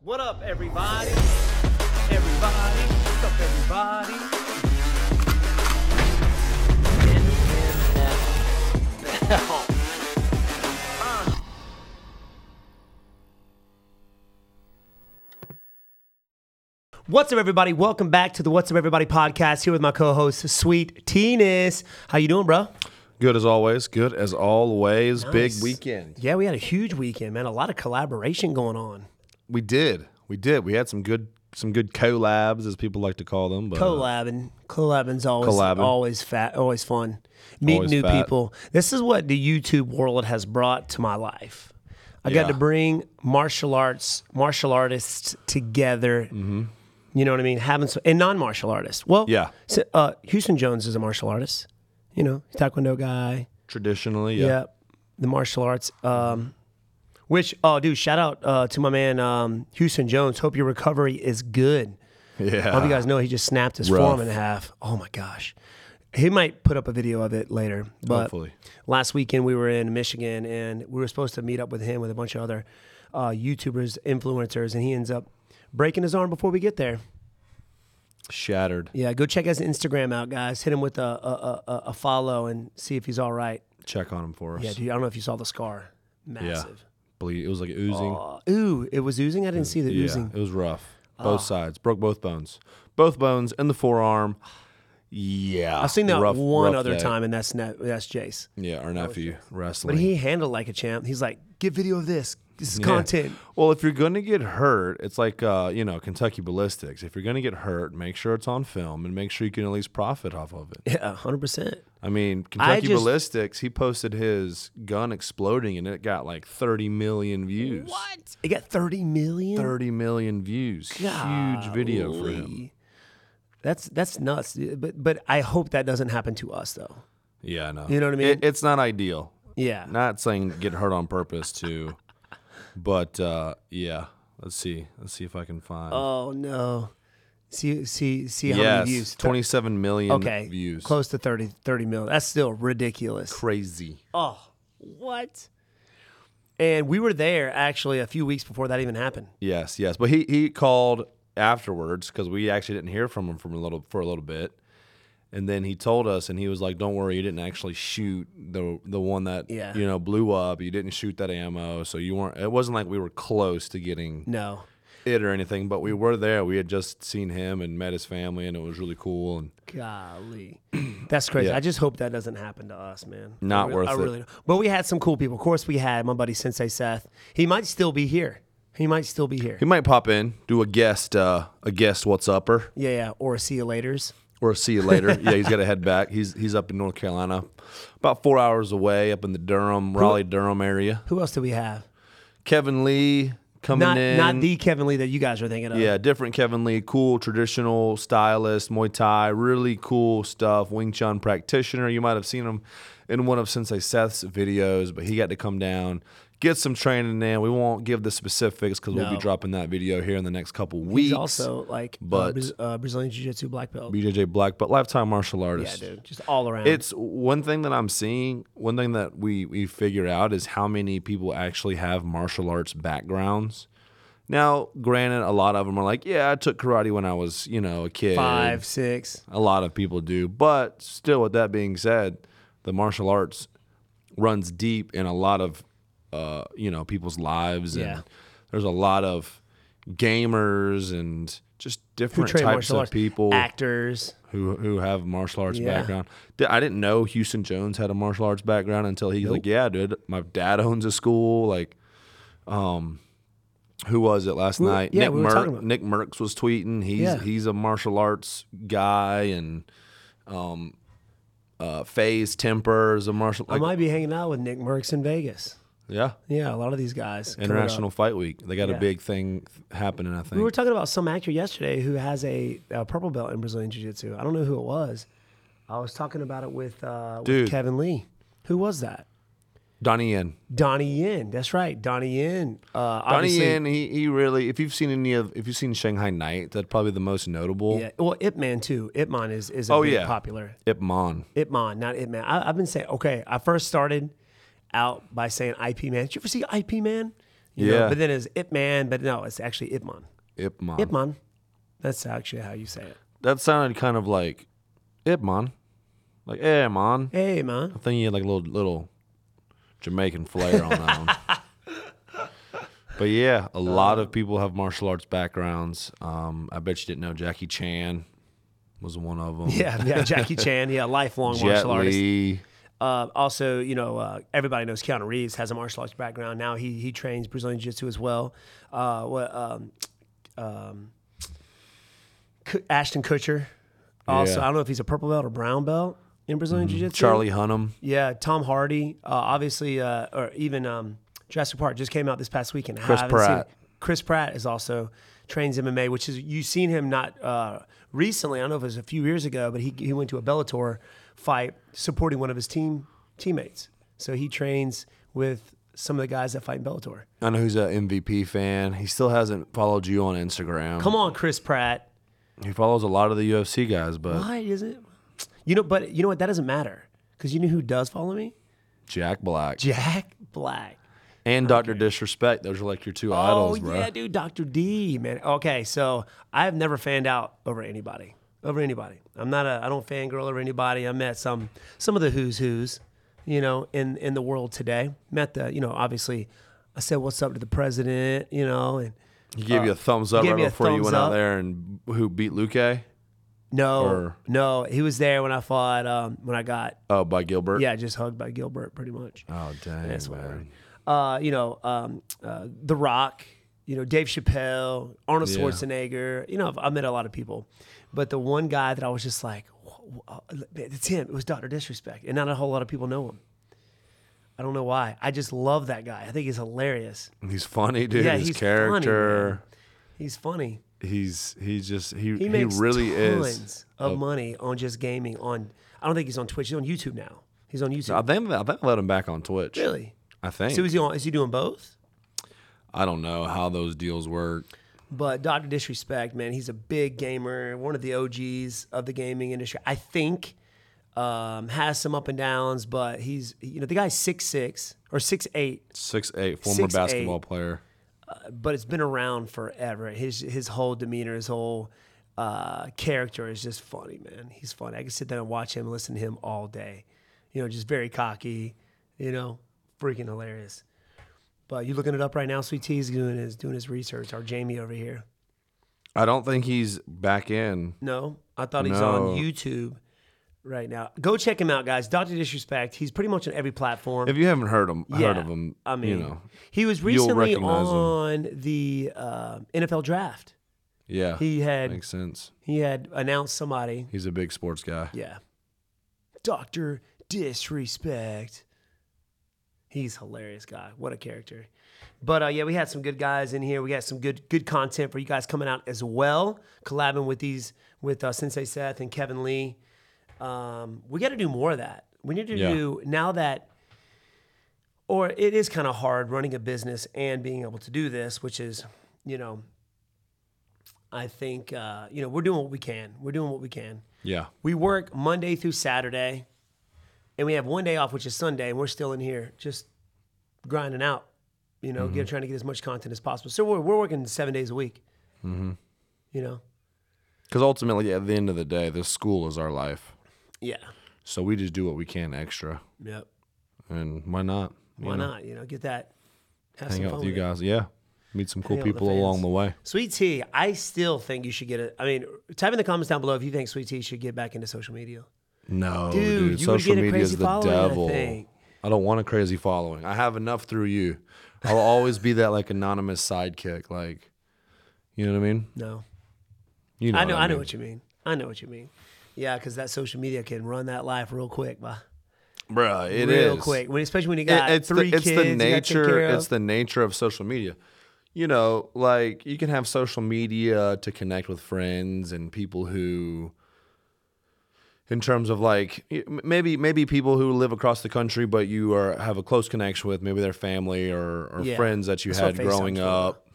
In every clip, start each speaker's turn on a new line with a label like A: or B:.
A: What up, everybody? Everybody, what's up, everybody?
B: NFL.
A: What's up, everybody? Welcome back to the What's Up, Everybody podcast. Here with my co-host, Sweet Teenis. How you doing, bro?
C: Good as always. Good as always. Big weekend.
A: Yeah, we had a huge weekend, man. A lot of collaboration going on.
C: We did. We did. We had some good some good collabs, as people like to call them. But uh,
A: collabing collabing's always
C: Collabing.
A: always fat always fun meet
C: Always
A: new
C: fat.
A: people this is what the youtube world has brought to my life i got
C: Yeah.
A: to bring martial arts martial artists together you know what i mean having some and non-martial artists well
C: Mm-hmm. Yeah.
A: so, uh, houston jones is a martial artist you know taekwondo guy
C: traditionally, yeah.
A: yeah. the martial arts um which oh dude shout out uh, to my man um, houston jones hope your recovery is good I hope you
C: Yeah.
A: guys know he just snapped his
C: Rough.
A: forearm in half. Oh my gosh. He might put up a video of it later. But
C: Hopefully.
A: last weekend we were in Michigan and we were supposed to meet up with him with a bunch of other uh, YouTubers, influencers, and he ends up breaking his arm before we get there.
C: Shattered.
A: Yeah, go check his Instagram out, guys. Hit him with a, a, a, a follow and see if he's all right.
C: Check on him for us.
A: Yeah, dude, I don't know if you saw the scar. Massive.
C: Bleed. It was like oozing.
A: Uh, ooh, it was oozing. I didn't see the
C: yeah.
A: oozing. Ah.
C: It was rough. Both sides. Broke both bones. Both bones and the forearm. Yeah.
A: I've seen that
C: Rough-
A: one
C: rough
A: other
C: day.
A: time, and that's ne- that's Jace.
C: Yeah, our nephew wrestling.
A: But he handled like a champ. He's like, get video of this. This is
C: Yeah.
A: content.
C: Well, if you're going to get hurt, it's like uh, you know Kentucky ballistics. If you're going to get hurt, make sure it's on film and make sure you can at least profit off of it.
A: Yeah, hundred percent.
C: I mean, Kentucky
A: just-
C: ballistics. He posted his gun exploding and it got like 30 million views. What?
A: It got thirty million.
C: 30 million views. Huge video for him.
A: Golly. That's that's nuts. dude. But but I hope that doesn't happen to us though.
C: Yeah, I know.
A: You know what I mean?
C: It, it's not ideal.
A: Yeah.
C: Not saying get hurt on purpose too, but uh, yeah. Let's see. Let's see if I can find.
A: Oh no. See see see how
C: yes,
A: many views.
C: 27 million
A: okay.
C: views.
A: Close to 30, 30 million. That's still ridiculous.
C: Crazy.
A: Oh, what? And we were there actually a few weeks before that even happened.
C: Yes, yes. But he he called afterwards because we actually didn't hear from him from a little for a little bit, and then he told us, and he was like, "Don't worry, you didn't actually shoot the the one that
A: Yeah.
C: you know blew up. You didn't shoot that ammo, so you weren't. It wasn't like we were close to getting
A: No.
C: it or anything, but we were there. We had just seen him and met his family, and it was really cool. And
A: Golly, that's crazy.
C: Yeah.
A: I just hope that doesn't happen to us, man.
C: Not
A: I re-
C: worth
A: I
C: it.
A: really don't. But we had some cool people. Of course, we had my buddy Sensei Seth. He might still be here. He might still be here.
C: he might pop in, do a guest uh, a guest what's upper
A: Yeah, yeah. Or see you later's.
C: or a see you later. yeah, he's got to head back. He's he's up in North Carolina, about four hours away, up in the Durham Raleigh Durham area.
A: Who else do we have?
C: Kevin Lee coming
A: Not
C: in.
A: not the Kevin Lee that you guys are thinking of.
C: yeah, different Kevin Lee, cool traditional stylist, Muay Thai, really cool stuff. Wing Chun practitioner. You might have seen him in one of Sensei Seth's videos, but he got to come down, get some training in. We won't give the specifics because we'll
A: No.
C: be dropping that video here in the next couple weeks.
A: He's also like uh,
C: but-
A: Braz- uh, Brazilian Jiu Jitsu black belt.
C: BJJ Black, but lifetime martial
A: Yeah,
C: artist.
A: dude. Just all around.
C: It's one thing that I'm seeing. One thing that we we figure out is how many people actually have martial arts backgrounds. Now, granted, a lot of them are like, "Yeah, I took karate when I was, you know, a kid."
A: five, six.
C: A lot of people do, but still, with that being said, the martial arts runs deep in a lot of, uh, you know, people's lives,
A: Yeah.
C: and there's a lot of gamers and just
A: Who
C: different
A: train
C: types
A: martial
C: of
A: arts?
C: people
A: Actors.
C: who who have martial arts
A: Yeah.
C: background. Di- I didn't know Houston Jones had a martial arts background until he's like, yeah, dude, my dad owns a school. Like, um, who was it last night?
A: yeah,
C: Nick
A: we were
C: Merck-
A: talking about-
C: Nick Merckx was tweeting. He's
A: Yeah.
C: he's a martial arts guy and um, uh, Faze Temper is a martial.
A: I
C: Like,
A: might be hanging out with Nick Merckx in Vegas.
C: yeah,
A: Yeah, a lot of these guys. coming up.
C: International Fight Week. They got
A: Yeah.
C: a big thing happening. I think.
A: We were talking about some actor yesterday who has a, a purple belt in Brazilian Jiu Jitsu. I don't know who it was. I was talking about it with, uh, with
C: Dude.
A: Kevin Lee. Who was that?
C: Donnie Yen.
A: Donnie Yin. That's right. Donnie Yin. Uh,
C: Donnie
A: obviously-
C: Yen. He, he really. If you've seen any of, if you've seen Shanghai Night, that's probably the most notable.
A: Yeah. Well, Ip Man, too. Ip Man is, is a
C: Oh,
A: big
C: yeah.
A: popular.
C: Ip Man.
A: Ip Man, not Ip Man. I, I've been saying, okay, I first started out by saying IP Man. Did you ever see IP Man? You know?
C: Yeah.
A: But then it's Ip Man, but no, it's actually Ip Man.
C: Ip Man.
A: Ip Man. That's actually how you say it.
C: That sounded kind of like Ip Man. Like, eh, man.
A: Hey, man.
C: I think you had like a little little Jamaican flair on that one. But yeah,
A: Uh,
C: a lot of people have martial arts backgrounds. Um, I bet you didn't know Jackie Chan was one of them.
A: Yeah, yeah. Jackie Chan, yeah, lifelong
C: Jet
A: martial artist.
C: Li.
A: Uh, also, you know, uh, everybody knows Keanu Reeves has a martial arts background. Now he he trains Brazilian Jiu Jitsu as well. Uh, what um, um, K- Ashton Kutcher. Also,
C: Yeah. Mm-hmm.
A: I don't know if he's a purple belt or brown belt in Brazilian Jiu Jitsu.
C: Charlie Hunnam.
A: Yeah, Tom Hardy. Uh, obviously, uh, or even um, Jurassic Park just came out this past weekend. I
C: Chris
A: haven't seen
C: Pratt.
A: it. Chris Pratt is also trains MMA, which is you've seen him not uh, recently. I don't know if it was a few years ago, but he he went to a Bellator fight supporting one of his team teammates. So he trains with some of the guys that fight in Bellator.
C: I know he's an MVP fan. He still hasn't followed you on Instagram.
A: Come on, Chris Pratt.
C: He follows a lot of the UFC guys, but
A: Why isn't you know? But you know what? That doesn't matter because you know who does follow me?
C: Jack Black
A: Jack Black.
C: and Dr. Disrespect. Those are like your two idols,
A: oh
C: bro.
A: yeah, dude, Dr. D, man. Okay, so I've never fanned out over anybody, over anybody. I'm not a, I don't fangirl over anybody. I met some, some of the who's who's, you know, in in the world today. Met the, you know, obviously, I said what's up to the president, you know, and
C: He gave you a thumbs up
A: Uh, gave
C: right
A: me a
C: before you
A: thumbs
C: went out
A: up.
C: there and who beat Luque?
A: no,
C: Or-
A: no, he was there when I fought, um, when I got,
C: Oh, by Gilbert.
A: yeah, just hugged by Gilbert, pretty much.
C: Oh dang.
A: That's what I
C: man.
A: heard. Uh, you know, um, uh, The Rock, you know, Dave Chappelle, Arnold
C: Yeah.
A: Schwarzenegger. You know, I've, i met a lot of people, but the one guy that I was just like, "Wh- wh- uh, it's him. It was Doctor Disrespect, and not a whole lot of people know him. I don't know why. I just love that guy. I think he's hilarious.
C: He's funny, dude.
A: yeah,
C: His
A: he's
C: character.
A: Funny, man. he's funny.
C: he's he's just he
A: He
C: he,
A: makes
C: really
A: tons
C: is.
A: of money on just gaming. On I don't think he's on Twitch. He's on YouTube now. He's on YouTube.
C: I think I think I let him back on Twitch.
A: really?
C: I think.
A: So is he on? Is he doing both?
C: I don't know how those deals work.
A: But Dr. Disrespect, man, he's a big gamer, one of the OGs of the gaming industry. I think um, has some up and downs, but he's you know the guy's six six or six eight,
C: Six eight former
A: 6'8".
C: basketball player.
A: but it's been around forever. His his whole demeanor, his whole uh, character is just funny, man. He's funny. I can sit there and watch him, listen to him all day. You know, just very cocky. You know, freaking hilarious. But you looking it up right now, Sweet T's doing his doing his research. Our Jamie over here.
C: I don't think he's back in.
A: No, I thought he's on
C: No.
A: YouTube right now. Go check him out, guys. Doctor Disrespect. He's pretty much on every platform.
C: If you haven't heard him, heard of him,
A: I mean,
C: you know,
A: he was
C: you'll
A: recently
C: recognize him.
A: on the uh, NFL draft.
C: yeah,
A: He had
C: makes sense.
A: he had announced somebody.
C: He's a big sports guy.
A: Yeah, Doctor Disrespect. He's a hilarious guy. What a character. But uh, yeah, we had some good guys in here. We got some good good content for you guys coming out as well, collabing with these with uh, Sensei Seth and Kevin Lee. Um, we got to do more of that. We need to
C: Yeah.
A: do now that, or it is kind of hard running a business and being able to do this, which is, you know, I think uh, you know we're doing what we can. We're doing what we can.
C: Yeah,
A: We work Monday through Saturday, and we have one day off, which is Sunday, and we're still in here just grinding out, you know,
C: Mm-hmm.
A: get, trying to get as much content as possible. So we're, we're working seven days a week,
C: Mm-hmm.
A: you know?
C: because ultimately, at the end of the day, this school is our life.
A: Yeah.
C: So we just do what we can extra,
A: Yep.
C: and why not? You
A: Why
C: know,
A: not? You know, get that. Have
C: Hang
A: some
C: out
A: fun
C: with you
A: it.
C: guys. Yeah, meet some cool
A: Hang out with the
C: people along
A: fans.
C: the way.
A: Sweet Tea, I still think you should get it. I mean, type in the comments down below if you think Sweet Tea should get back into social media.
C: No,
A: Dude,
C: dude,
A: you would
C: social
A: get a
C: media
A: crazy
C: is the
A: following, I
C: devil.
A: think.
C: I don't want a crazy following. I have enough through you. I'll always be that like anonymous sidekick. Like, you know what I mean?
A: No.
C: You know,
A: I know,
C: what
A: I,
C: I,
A: know
C: mean.
A: what you mean. I know what you mean. Yeah, because that social media can run that life real quick, bah.
C: Bruh, it is
A: real quick. When especially when you got
C: It- it's
A: three
C: the,
A: kids,
C: it's the
A: you gotta take
C: nature
A: care of.
C: it's the nature of social media you know like you can have social media to connect with friends and people who in terms of like y- m- maybe maybe people who live across the country but you are have a close connection with maybe their family or, or
A: Yeah.
C: friends that you
A: That's what
C: had growing
A: FaceTime's for.
C: up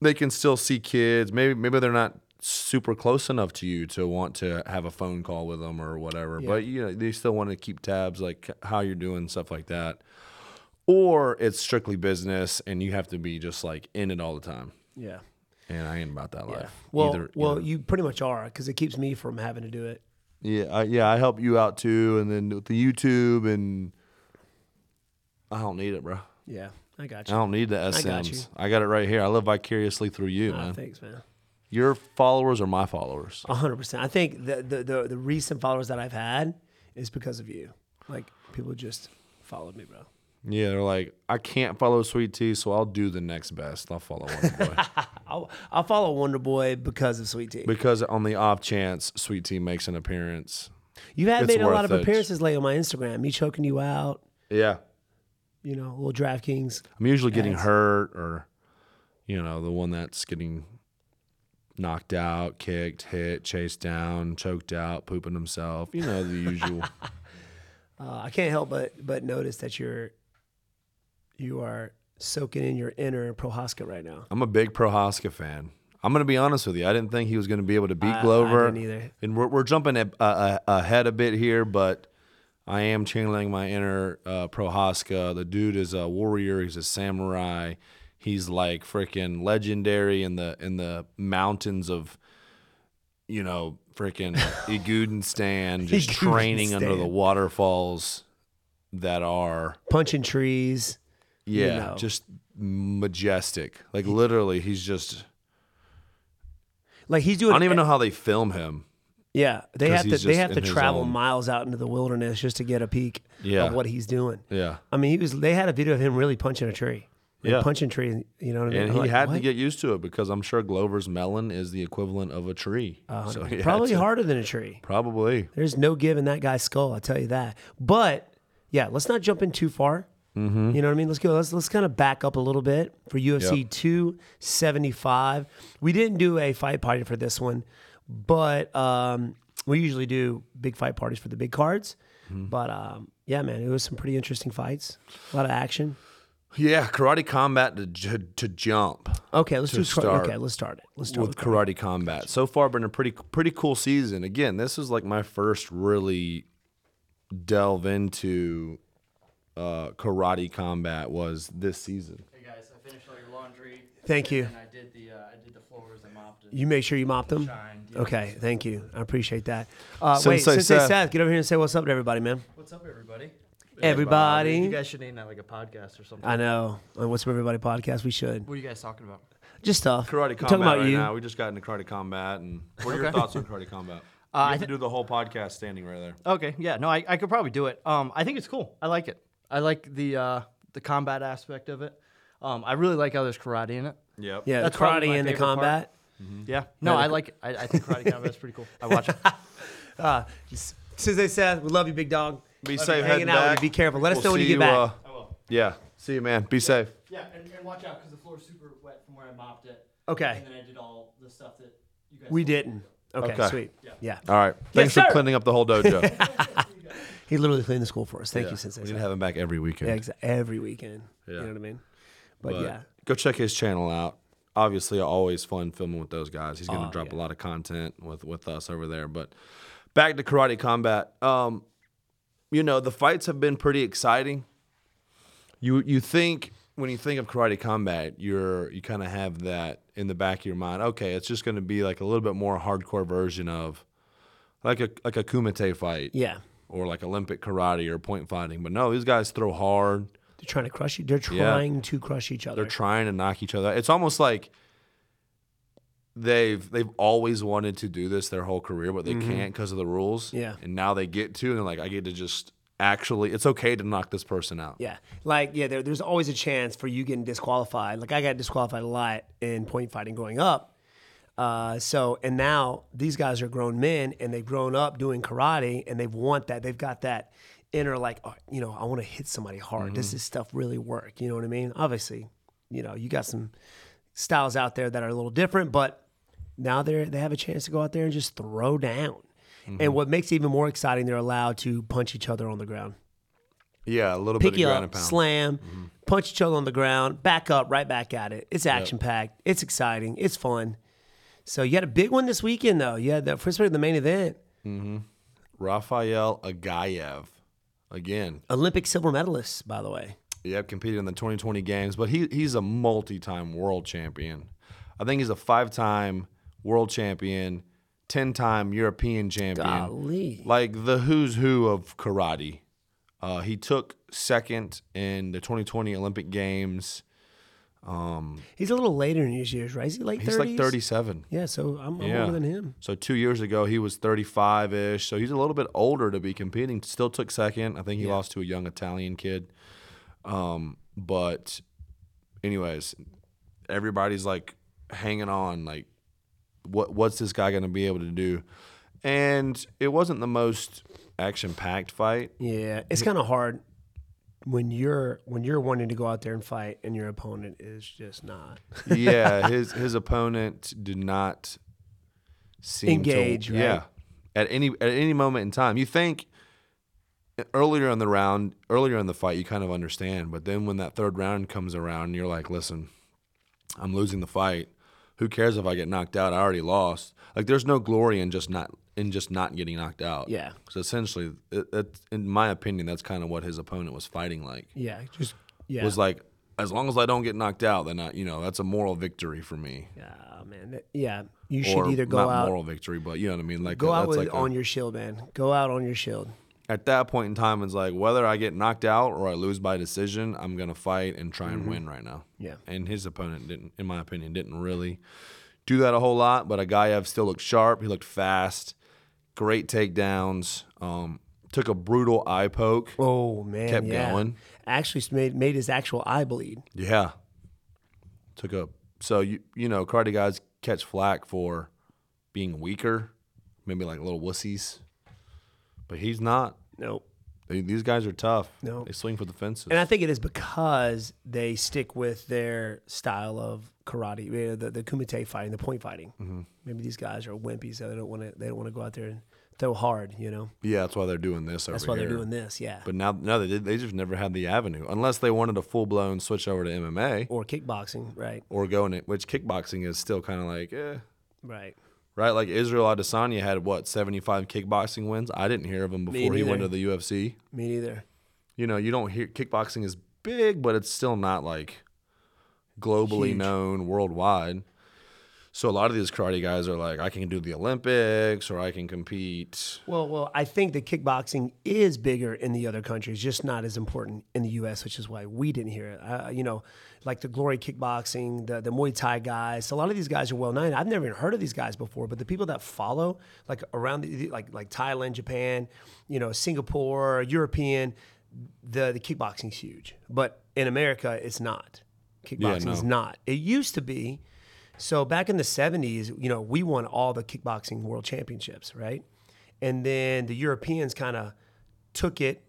C: they can still see kids maybe maybe they're not super close enough to you to want to have a phone call with them or whatever but you know they still want to keep tabs like how you're doing stuff like that or it's strictly business and you have to be just like in it all the time.
A: Yeah.
C: And I ain't about that life.
A: Well,
C: Either-
A: well,
C: either.
A: you pretty much are because it keeps me from having to do it.
C: yeah, I, yeah. I help you out too, and then with the YouTube, and I don't need it, bro.
A: Yeah, I got
C: I
A: you.
C: don't need the SMs. I
A: got
C: got,
A: you.
C: it right here. I live vicariously through you,
A: Ah,
C: man.
A: thanks, man.
C: Your followers are my followers.
A: A hundred percent. I think the, the the the recent followers that I've had is because of you. Like people just followed me, bro.
C: Yeah, they're like, I can't follow Sweet Tea, so I'll do the next best. I'll follow one boy
A: I'll I'll follow Wonder Boy because of Sweet Tea.
C: because on the off chance Sweet Tea makes an appearance.
A: you have
C: it's
A: made a lot
C: worth
A: of
C: it.
A: appearances lately on my Instagram. Me choking you out.
C: Yeah,
A: You know, little DraftKings.
C: I'm usually getting hurt or, you know, the one that's getting knocked out, kicked, hit, chased down, choked out, pooping himself. You know the usual.
A: Uh, I can't help but but notice that you're you are soaking in your inner Prohaska right now.
C: I'm a big Prohaska fan. I'm gonna be honest with you. I didn't think he was gonna be able to beat
A: I- I
C: Glover.
A: didn't either.
C: And we're, we're jumping a, a, a, ahead a bit here, but I am channeling my inner uh, Prohaska. The dude is a warrior. He's a samurai. He's like freaking legendary in the in the mountains of, you know, freaking Igudenstan, just training under the
A: Igudenstan.
C: waterfalls that are
A: Punching trees.
C: yeah,
A: know.
C: just majestic. Like literally, he's just.
A: Like he's doing e,
C: I don't even know how they film him.
A: Yeah, they
C: 'Cause
A: have to
C: he's
A: they
C: just
A: have to
C: in his
A: travel
C: own-
A: miles out into the wilderness just to get a peek
C: Yeah.
A: of what he's doing.
C: Yeah.
A: I mean, he was they had a video of him really punching a tree. Like,
C: Yeah.
A: punching tree, you know what I mean?
C: And
A: I'm
C: he
A: like,
C: had to
A: "What?"
C: get used to it because I'm sure Glover's melon is the equivalent of a tree. so he had
A: Uh, probably
C: to-
A: harder than a tree.
C: Probably.
A: There's no give in that guy's skull, I'll tell you that. But yeah, let's not jump in too far.
C: Mm-hmm.
A: You know what I mean? Let's go. Let's let's kind of back up a little bit for UFC 275. We didn't do a fight party for this one, but um, we usually do big fight parties for the big cards.
C: Mm-hmm.
A: But um, yeah, man, it was some pretty interesting fights. A lot of action.
C: Yeah, karate combat to j- to jump
A: Okay, let's
C: To
A: do. Car-
C: start
A: okay, let's start it. Let's start.
C: with karate combat. So far, been a pretty pretty cool season. Again, this is like my first really delve into uh, karate combat was this season.
D: Hey guys, I finished all your laundry.
A: Thank you.
D: And I did the uh, I did the floors and mopped and
A: You make sure you mop them.
D: shined. yeah.
A: Okay, thank you. I appreciate that. Uh, wait,
C: Sensei
A: Sensei
C: Seth.
A: Seth. get over here and say what's up to everybody, man.
D: What's up, everybody?
A: Everybody.
D: You guys should name that like a podcast or something.
A: I know. On What's Up Everybody podcast, we should.
D: what are you guys talking about?
A: Just stuff.
C: Karate
A: We're
C: combat
A: talking about
C: right
A: you.
C: now. We just got into karate combat, and what are your
D: Okay.
C: thoughts on karate combat?
D: Uh,
C: you
D: I
C: have to
D: thi-
C: do the whole podcast standing right there.
D: Okay, yeah, no, I, I could probably do it. Um, I think it's cool. I like it. I like the uh, the combat aspect of it. Um, I really like how there's karate in it.
C: Yep.
A: Yeah,
D: That's
A: the
D: probably
A: karate
D: my
A: and the
D: favorite part.
A: combat.
D: Yeah, no, I like it. I, I think karate combat is pretty cool. I watch it. Oh,
A: Uh, Since they said, we love you, big dog.
C: Be
A: Love you.
C: safe.
A: Hanging
C: heading
A: out with you.
C: back.
A: Be careful. Let us
C: We'll
A: know when you
C: see
A: get back.
C: uh,
D: I will.
C: yeah. See you, man. Be safe.
D: Yeah, and, and watch out because the floor's super wet from where I mopped it.
A: Okay.
D: And then I did all the stuff that you guys.
A: we
D: told me.
A: didn't. Okay,
C: Okay.
A: sweet. Yeah.
C: All right. Thanks for
A: sir.
C: cleaning up the whole dojo.
A: He literally cleaned the school for us. Thank
C: Yeah.
A: you, Sensei
C: we need to
A: Seth.
C: have him back every weekend.
A: Yeah, exa- every weekend.
C: Yeah.
A: You know what I mean? But,
C: But
A: yeah.
C: Go check his channel out. Obviously, always fun filming with those guys. He's going
A: Oh,
C: to drop a lot of content with with us over there. But back to karate combat. Um, you know the fights have been pretty exciting. You you think when you think of karate combat, you're you kind of have that in the back of your mind. Okay, it's just going to be like a little bit more hardcore version of like a like a kumite fight
A: Yeah.
C: or like Olympic karate or point fighting. But no, these guys throw hard.
A: They're trying to crush you. They're trying to crush each other.
C: They're trying to knock each other. out. It's almost like they've they've always wanted to do this their whole career, but they can't because of the rules.
A: Mm-hmm. Yeah.
C: and now they get to, and they're like, I get to just actually, it's okay to knock this person out.
A: Yeah, like yeah, there, there's always a chance for you getting disqualified. Like I got disqualified a lot in point fighting growing up. Uh, so and now these guys are grown men and they've grown up doing karate and they've want that. They've got that inner like oh, you know I want to hit somebody hard. Does this stuff really work? You know what I mean? Obviously, you know you got some styles out there that are a little different, but now they are they have a chance to go out there and just throw down. And what makes it even more exciting, they're allowed to punch each other on the ground
C: yeah, a little
A: pick
C: bit
A: you
C: of ground
A: up,
C: and pound. Mm-hmm.
A: slam, punch each other on the ground, back up, right back at it. It's action packed. It's exciting. It's fun. So you had a big one this weekend though. You had the first of the main event,
C: Rafael Agayev, again,
A: Olympic silver medalist, by the way.
C: Yep, competed in the 2020 games, but he he's a multi-time world champion. I think he's a five-time world champion, ten-time European champion.
A: Golly.
C: Like the who's who of karate. Uh, he took second in the 2020 Olympic Games.
A: He's a little later in his years, right? Is he late
C: He's
A: 30s?
C: like 37.
A: Yeah, so I'm, I'm
C: Yeah.
A: older than him.
C: So two years ago, he was 35 ish. So he's a little bit older to be competing. Still took second. I think he lost to a young Italian kid. Um, but, anyways, everybody's like hanging on. Like, what what's this guy going to be able to do? And it wasn't the most action packed fight.
A: Yeah, it's kind of hard when you're when you're wanting to go out there and fight and your opponent is just not.
C: yeah, his his opponent did not seem
A: Engage,
C: To,
A: right?
C: Yeah, at any at any moment in time, you think earlier in the round, earlier in the fight, you kind of understand, but then when that third round comes around, you're like, listen, I'm losing the fight. Who cares if I get knocked out? I already lost. Like, there's no glory in just not in just not getting knocked out.
A: Yeah.
C: So essentially, it, it, in my opinion, that's kind of what his opponent was fighting like
A: Yeah, just yeah.
C: was like, as long as I don't get knocked out, then I, you know that's a moral victory for me.
A: Ah, man, that- yeah. You should
C: or
A: either go
C: not
A: out
C: moral victory, but you know what I mean. Like
A: go
C: uh,
A: out
C: that's
A: with
C: like a-
A: on your shield, man. Go out on your shield.
C: at that point in time, it's like whether I get knocked out or I lose by decision, I'm gonna fight and try and win right now.
A: Mm-hmm. Yeah.
C: And his opponent didn't, in my opinion, didn't really do that a whole lot. But Agaev still looked sharp. He looked fast. Great takedowns. Um, took a brutal eye poke.
A: Oh man,
C: Kept
A: yeah.
C: going.
A: Actually, s- made made his actual eye bleed.
C: Yeah. Took a so you you know, karate guys catch flack for being weaker, maybe like little wussies. But he's not.
A: Nope.
C: They, these guys are tough.
A: No.
C: They swing for the fences.
A: And I think it is because they stick with their style of karate, you know, the, the kumite fighting, the point fighting.
C: Mm-hmm.
A: Maybe these guys are wimpy, so they don't want to. They don't want to go out there and throw hard. You know,
C: yeah, that's why they're doing this over
A: that's why
C: here.
A: they're doing this. Yeah,
C: But now no, they did, they just never had the avenue unless they wanted a full blown switch over to MMA
A: or kickboxing. Right,
C: or going it which kickboxing is still kind of like eh.
A: right.
C: Right, like Israel Adesanya had what seventy five kickboxing wins. I didn't hear of him before he went to
A: neither.
C: the UFC.
A: Me neither.
C: you know, you don't hear kickboxing is big, but it's still not like globally known worldwide. So a lot of these karate guys are like, I can do the Olympics or I can compete.
A: Well, well, I think the kickboxing is bigger in the other countries, just not as important in the U.S., which is why we didn't hear it. Uh, you know, like the Glory Kickboxing, the the Muay Thai guys. A lot of these guys are well known. I've never even heard of these guys before, but the people that follow, like around, the, like like Thailand, Japan, you know, Singapore, European, the the kickboxing's huge, but in America, it's not. Kickboxing is
C: no.
A: not. It used to be. So back in the 70s, you know, we won all the kickboxing world championships, right? And then the Europeans kind of took it,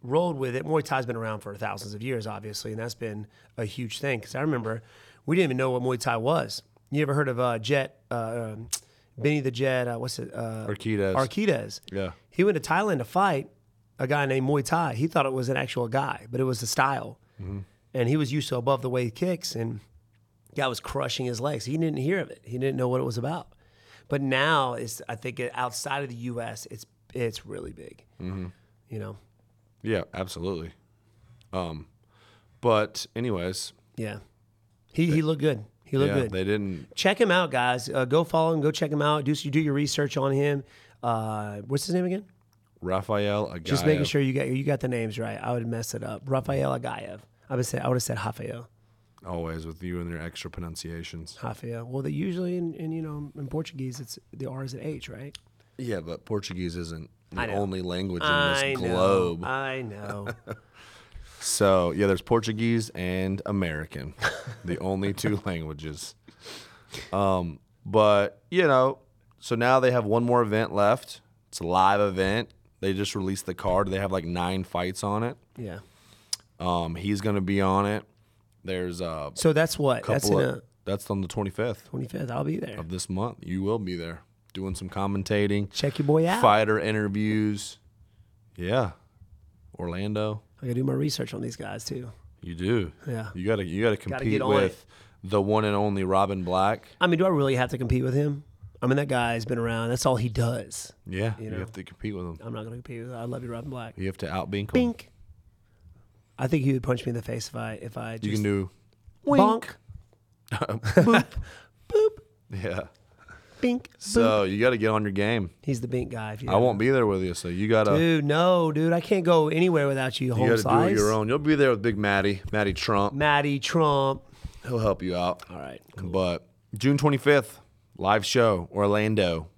A: rolled with it. Muay Thai's been around for thousands of years, obviously, and that's been a huge thing. Because I remember we didn't even know what Muay Thai was. You ever heard of uh, Jet, uh, um, Benny the Jet, uh, what's it? Uh,
C: Arquitas.
A: Arquitas.
C: Yeah.
A: He went to Thailand to fight a guy named Muay Thai. He thought it was an actual guy, but it was the style.
C: Mm-hmm.
A: And he was used to above the weight kicks, and guy was crushing his legs. He didn't hear of it. He didn't know what it was about. But now it's I think it- outside of the U.S. it's it's really big.
C: Mm-hmm.
A: You know,
C: yeah, absolutely. Um, but anyways,
A: yeah. He he looked good. He looked
C: yeah,
A: good.
C: they didn't.
A: check him out, guys. Uh, go follow him. Go check him out. Do you do your research on him? Uh, what's his name again?
C: Raphael Agaev.
A: Just making sure you got you got the names right. I would mess it up. Rafael Agaev. I would say I would have said Rafael.
C: always with you and your extra pronunciations.
A: Rafael. Well, they usually in, in you know in Portuguese it's the R is an H, right?
C: Yeah, but Portuguese isn't
A: I
C: the
A: know.
C: only language in
A: I
C: this globe.
A: Know, I know.
C: So yeah, there's Portuguese and American, the only two languages. Um, but you know, so now they have one more event left. It's a live event. They just released the card. They have like nine fights on it.
A: yeah.
C: Um, he's gonna be on it. There's uh, a
A: So that's what. That's in
C: couple.
A: a
C: of, Um, that's on the 25th
A: 25th. I'll be there.
C: of this month. You will be there doing some commentating,
A: Check your boy out.
C: fighter interviews. Yeah, Orlando.
A: I gotta do my research on these guys too.
C: You do.
A: Yeah.
C: You gotta you gotta compete
A: get on
C: with the one and only Robin Black.
A: I mean, do I really have to compete with him? I mean, that guy's been around. That's all he does.
C: Yeah. You,
A: know.
C: have to compete with him.
A: I'm not gonna compete with. I love you, Robin Black.
C: You have to outbink him.
A: Bink. I think he would punch me in the face if I if I just
C: You can do.
A: bonk,
C: Yeah.
A: bink. boop.
C: So you got to get on your game.
A: He's the bink guy. If you
C: I won't be there with you, so you got to.
A: Dude, no, dude, I can't go anywhere without you.
C: You
A: Home
C: got to do
A: slice,
C: it your own. You'll be there with Big Matty, Matty Trump.
A: Maddie Trump.
C: He'll help you out.
A: All right,
C: But June 25th, live show, Orlando.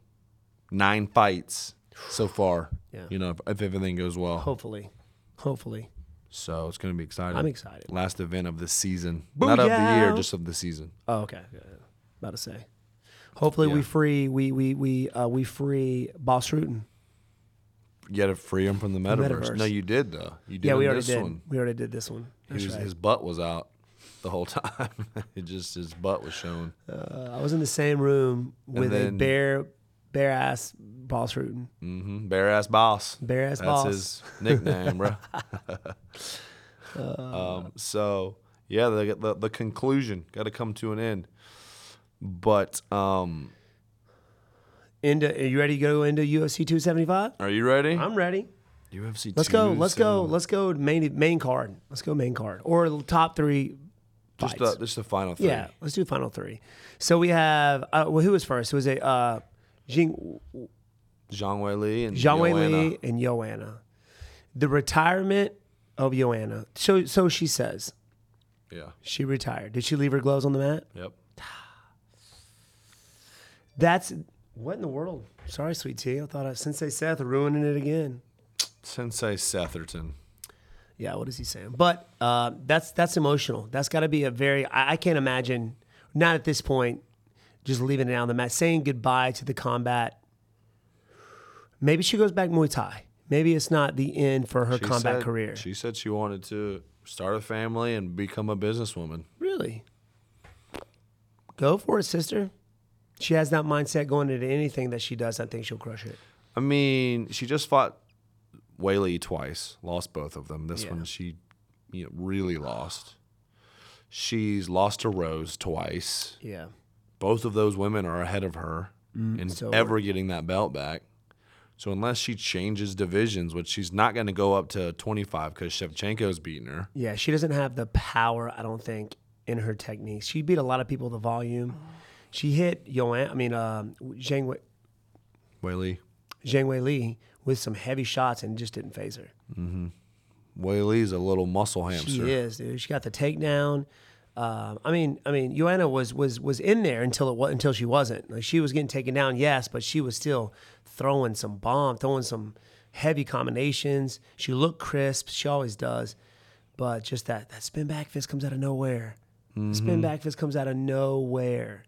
C: Nine fights so far.
A: Yeah.
C: You know, if, if everything goes well.
A: hopefully, hopefully.
C: So it's going to be exciting.
A: I'm excited.
C: Last event of the season. Not of the
A: Booyah.
C: year, just of the season.
A: Oh, okay. Yeah, yeah. About to say. Hopefully, we
C: Yeah.
A: free we we we uh, we free Boss Rutan.
C: You got to free him from the metaverse.
A: metaverse.
C: No, you did, though. You did
A: Yeah, we
C: in
A: already
C: this
A: did.
C: one.
A: We already did this one.
C: He was, His butt was out the whole time. it just, his butt was showing.
A: Uh, I was in the same room with a
C: then-
A: bare bare ass Boss Rutan.
C: Mm-hmm. Bare ass boss.
A: Bare ass
C: That's
A: boss.
C: his nickname, bro. um, so yeah, the, the the conclusion got to come to an end. But um,
A: into are you ready to go into UFC 275?
C: are you ready?
A: I'm ready.
C: UFC.
A: Let's go. Let's go.
C: 275.
A: Let's go main main card. Let's go main card or the top three.
C: Just
A: fights.
C: the just the final three.
A: yeah. Let's do final three. So we have uh, well, who was first? It was a uh, Jing
C: Zhang Wei Li and
A: Zhang Wei
C: Joanna.
A: Li and Joanna. The retirement of Joanna. So so she says
C: Yeah.
A: she retired. Did she leave her gloves on the mat?
C: Yep.
A: That's what in the world. Sorry, sweet tea. I thought I, Sensei Seth ruining it again.
C: Sensei Setherton.
A: Yeah, what is he saying? But uh, that's that's emotional. That's got to be a very. I, I can't imagine. Not at this point. Just leaving it out on the mat, saying goodbye to the combat. Maybe she goes back Muay Thai. Maybe it's not the end for her
C: She
A: combat
C: said-
A: career.
C: She said she wanted to start a family and become a businesswoman.
A: Really? Go for it, sister. She has that mindset going into anything that she does. I think she'll crush it.
C: I mean, she just fought Whaley twice, lost both of them. This
A: Yeah.
C: one she you know, really lost. She's lost to Rose twice.
A: Yeah.
C: Both of those women are ahead of her in
A: Mm, so-
C: ever getting that belt back. So unless she changes divisions, which she's not going to go up to 25 because Shevchenko's beating her.
A: Yeah, she doesn't have the power, I don't think, in her techniques. She beat a lot of people with the volume. She hit Yoan, I mean, um, Zhang, Wei,
C: Whaley,
A: Zhang Wei Li with some heavy shots and just didn't phase her.
C: Whaley's a little muscle hamster.
A: She is, dude. She got the takedown. Um, I mean, I mean, Joanna was was was in there until it wa- until she wasn't. Like she was getting taken down, yes, but she was still throwing some bomb, throwing some heavy combinations. She looked crisp. She always does, but just that that spin back fist comes out of nowhere. Spin back fist comes out of nowhere.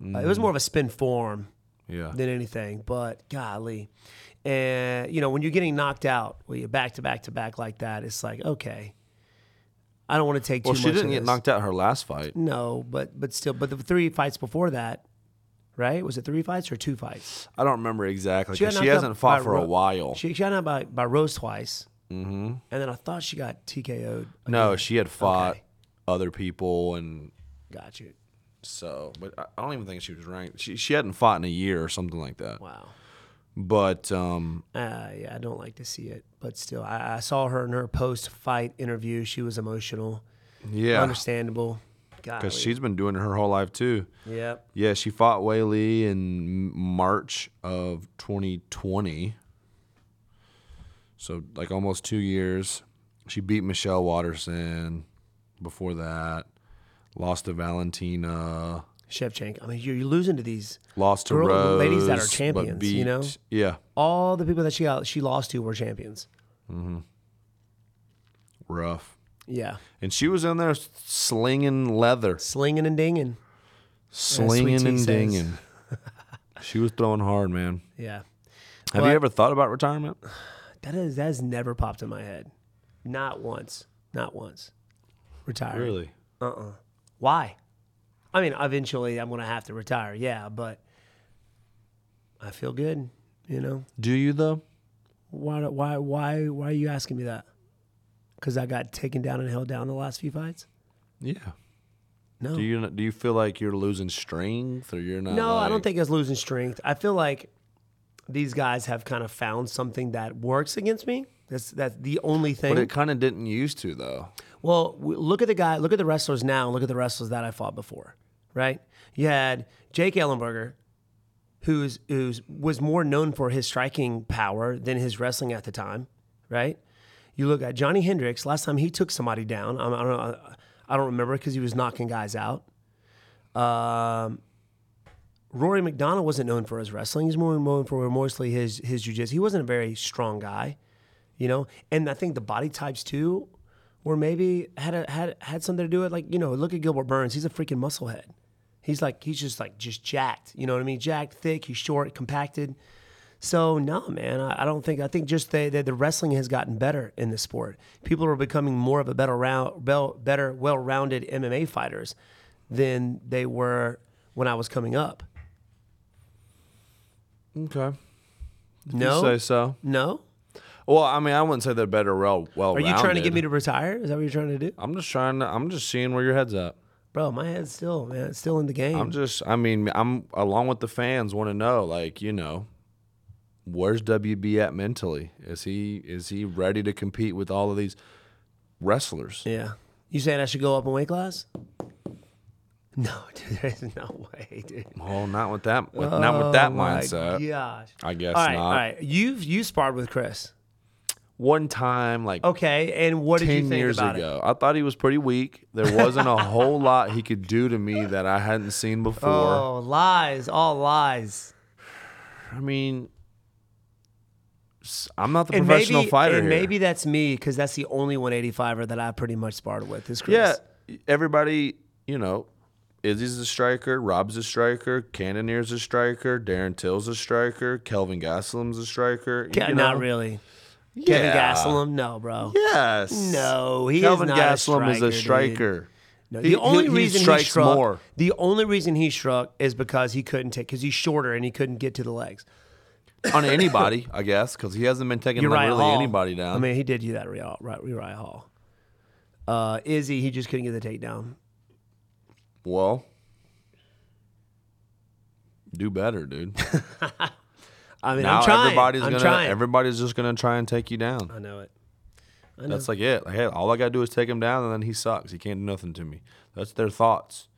A: Uh, it was more of a spin form
C: Yeah.
A: than anything. But golly, and you know when you're getting knocked out, well, you back to back to back like that. It's like okay, I don't want to take
C: Well,
A: too
C: she
A: much.
C: didn't
A: of
C: get
A: this.
C: knocked out her last fight.
A: No, but but still, but the three fights before that, right? Was it three fights or two fights?
C: I don't remember exactly
A: got
C: because she
A: knocked out
C: hasn't fought
A: by
C: for a
A: Ro-
C: while.
A: She got out by by Rose twice, mm-hmm. and then I thought she got TKO'd.
C: No,
A: again.
C: she had fought
A: Okay.
C: other people, and
A: got you.
C: so, but I- I don't even think she was ranked. She she hadn't fought in a year or something like that.
A: Wow.
C: But um,
A: Uh, yeah, I don't like to see it, but still, I, I saw her in her post fight interview. She was emotional,
C: yeah,
A: understandable.
C: because
A: Golly.
C: she's been doing it her whole life too.
A: Yep.
C: Yeah, she fought Wei Lee in March of 2020. So like almost two years. She beat Michelle Watterson. Before that, lost to Valentina.
A: Shevchenko. I mean, you're, you're losing to these.
C: Lost to
A: Girl-
C: Rose.
A: ladies that are
C: but
A: champions, you know?
C: Yeah,
A: All the people that she got, she lost to were champions.
C: rough.
A: Yeah,
C: And she was in there slinging leather,
A: slinging and dinging.
C: slinging
A: Tea
C: and
A: says.
C: dinging. she was throwing hard, man.
A: Yeah,
C: Have
A: But-
C: you ever thought about retirement?
A: that is that has never popped in my head, not once, not once. Retire.
C: Really?
A: Uh. uh Why? I mean, eventually I'm gonna have to retire. Yeah, but I feel good. You know
C: Do you though?
A: why? do- Why? Why? Why are you asking me that? Because I got taken down and held down the last few fights.
C: Yeah.
A: No.
C: Do you not- do you feel like you're losing strength or you're not?
A: No, I don't
C: like-
A: think it's losing strength. I feel like these guys have kind of found something that works against me. That's that's the only thing.
C: But it kind of didn't used to though.
A: Well, w- look at the guy. Look at the wrestlers now. and Look at the wrestlers that I fought before. Right? You had Jake Ellenberger, who's who's was more known for his striking power than his wrestling at the time. Right? You look at Johnny Hendricks. Last time he took somebody down, I, I don't know. I don't remember because he was knocking guys out. Um, Rory McDonald wasn't known for his wrestling. He's more known for mostly his his jujitsu. He wasn't a very strong guy, you know. And I think the body types too, were maybe had a, had had something to do with like you know look at Gilbert Burns. He's a freaking musclehead. He's like he's just like just jacked. You know what I mean? Jacked, thick. He's short, compacted. So no, man, I, I don't think. I think just the, the the wrestling has gotten better in the sport. People are becoming more of a better round, bel- better, well-rounded MMA fighters than they were when I was coming up.
C: Okay.
A: no,
C: You say so.
A: no.
C: Well, I mean, I wouldn't say they're better. Well, well.
A: Are you trying to get me to retire? Is that what you're trying to do,
C: I'm just trying to. I'm just seeing where your head's at.
A: bro? My head's still, man, it's still in the game.
C: I'm just. I mean, I'm along with the fans. Want to know, like, you know, where's WB at mentally? Is he is he ready to compete with all of these wrestlers?
A: Yeah. You saying I should go up in weight class? No, dude, there's no way, dude.
C: Well, not with that. With, not with that
A: Oh my
C: mindset.
A: Gosh.
C: I guess
A: all right,
C: not.
A: all right. You've you sparred with Chris.
C: One time, like
A: Okay, and what did you
C: ten
A: think
C: years
A: about
C: ago, I thought he was pretty weak. There wasn't a whole lot he could do to me that I hadn't seen
A: it?
C: before.
A: Oh, lies, all lies.
C: I mean, s- I'm not the
A: And
C: professional
A: maybe,
C: fighter
A: and
C: here.
A: maybe that's me because that's the only 185er that I pretty much sparred with is Chris.
C: yeah, everybody, you know, Izzy's a striker, Rob's a striker, Cannonier's a striker, Darren Till's a striker, Kelvin Gaslam's a striker.
A: Ca-
C: you
A: not
C: know?
A: really. Kevin
C: Yeah.
A: Gastelum, no, bro.
C: Yes.
A: No, he is
C: Kelvin
A: not a
C: Gaslam is a
A: striker, dude.
C: striker.
A: No,
C: He-
A: the only
C: he- he
A: reason he
C: strikes
A: struck,
C: more.
A: the only reason he struck is because he couldn't take, because he's shorter and he couldn't get to the legs.
C: on anybody, I guess, because he hasn't been taking like,
A: Uriah
C: really
A: Hall.
C: anybody down.
A: I mean, he did do that, Uriah, right, Uriah Hall. Uh, Izzy, he just couldn't get the takedown.
C: well, do better, dude.
A: I mean,
C: now
A: I'm trying.
C: everybody's
A: I'm
C: gonna
A: trying.
C: everybody's just gonna try and take you down.
A: I know it. I know.
C: That's like it. Like, hey, all I gotta do is take him down, and then he sucks. He can't do nothing to me. That's their thoughts.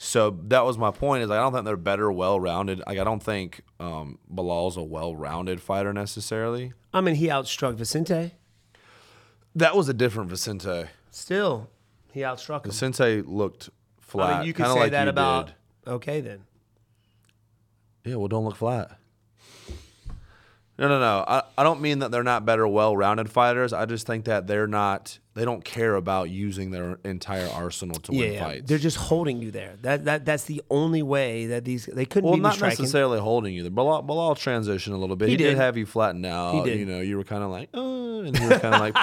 C: So that was my point. Is I don't think they're better, well-rounded. Like I don't think um, Bilal's a well-rounded fighter necessarily.
A: I mean, he outstruck Vicente.
C: That was a different Vicente.
A: Still, he outstruck him.
C: Vicente looked flat.
A: I mean, you could
C: kinda
A: say
C: like
A: that
C: you
A: about.
C: did.
A: Okay, then.
C: Yeah, well, don't look flat. No, no, no. I, I don't mean that they're not better, well rounded fighters. I just think that they're not, they don't care about using their entire arsenal to
A: Yeah,
C: win
A: yeah.
C: fights.
A: they're just holding you there. That that that's the only way that these they couldn't
C: well,
A: be
C: not
A: striking.
C: necessarily holding you. Bilal, Bilal transitioned a little bit.
A: He
C: He, did.
A: did.
C: have you flattened out.
A: He did.
C: You know, you were kind of like, uh, and he was kind of like,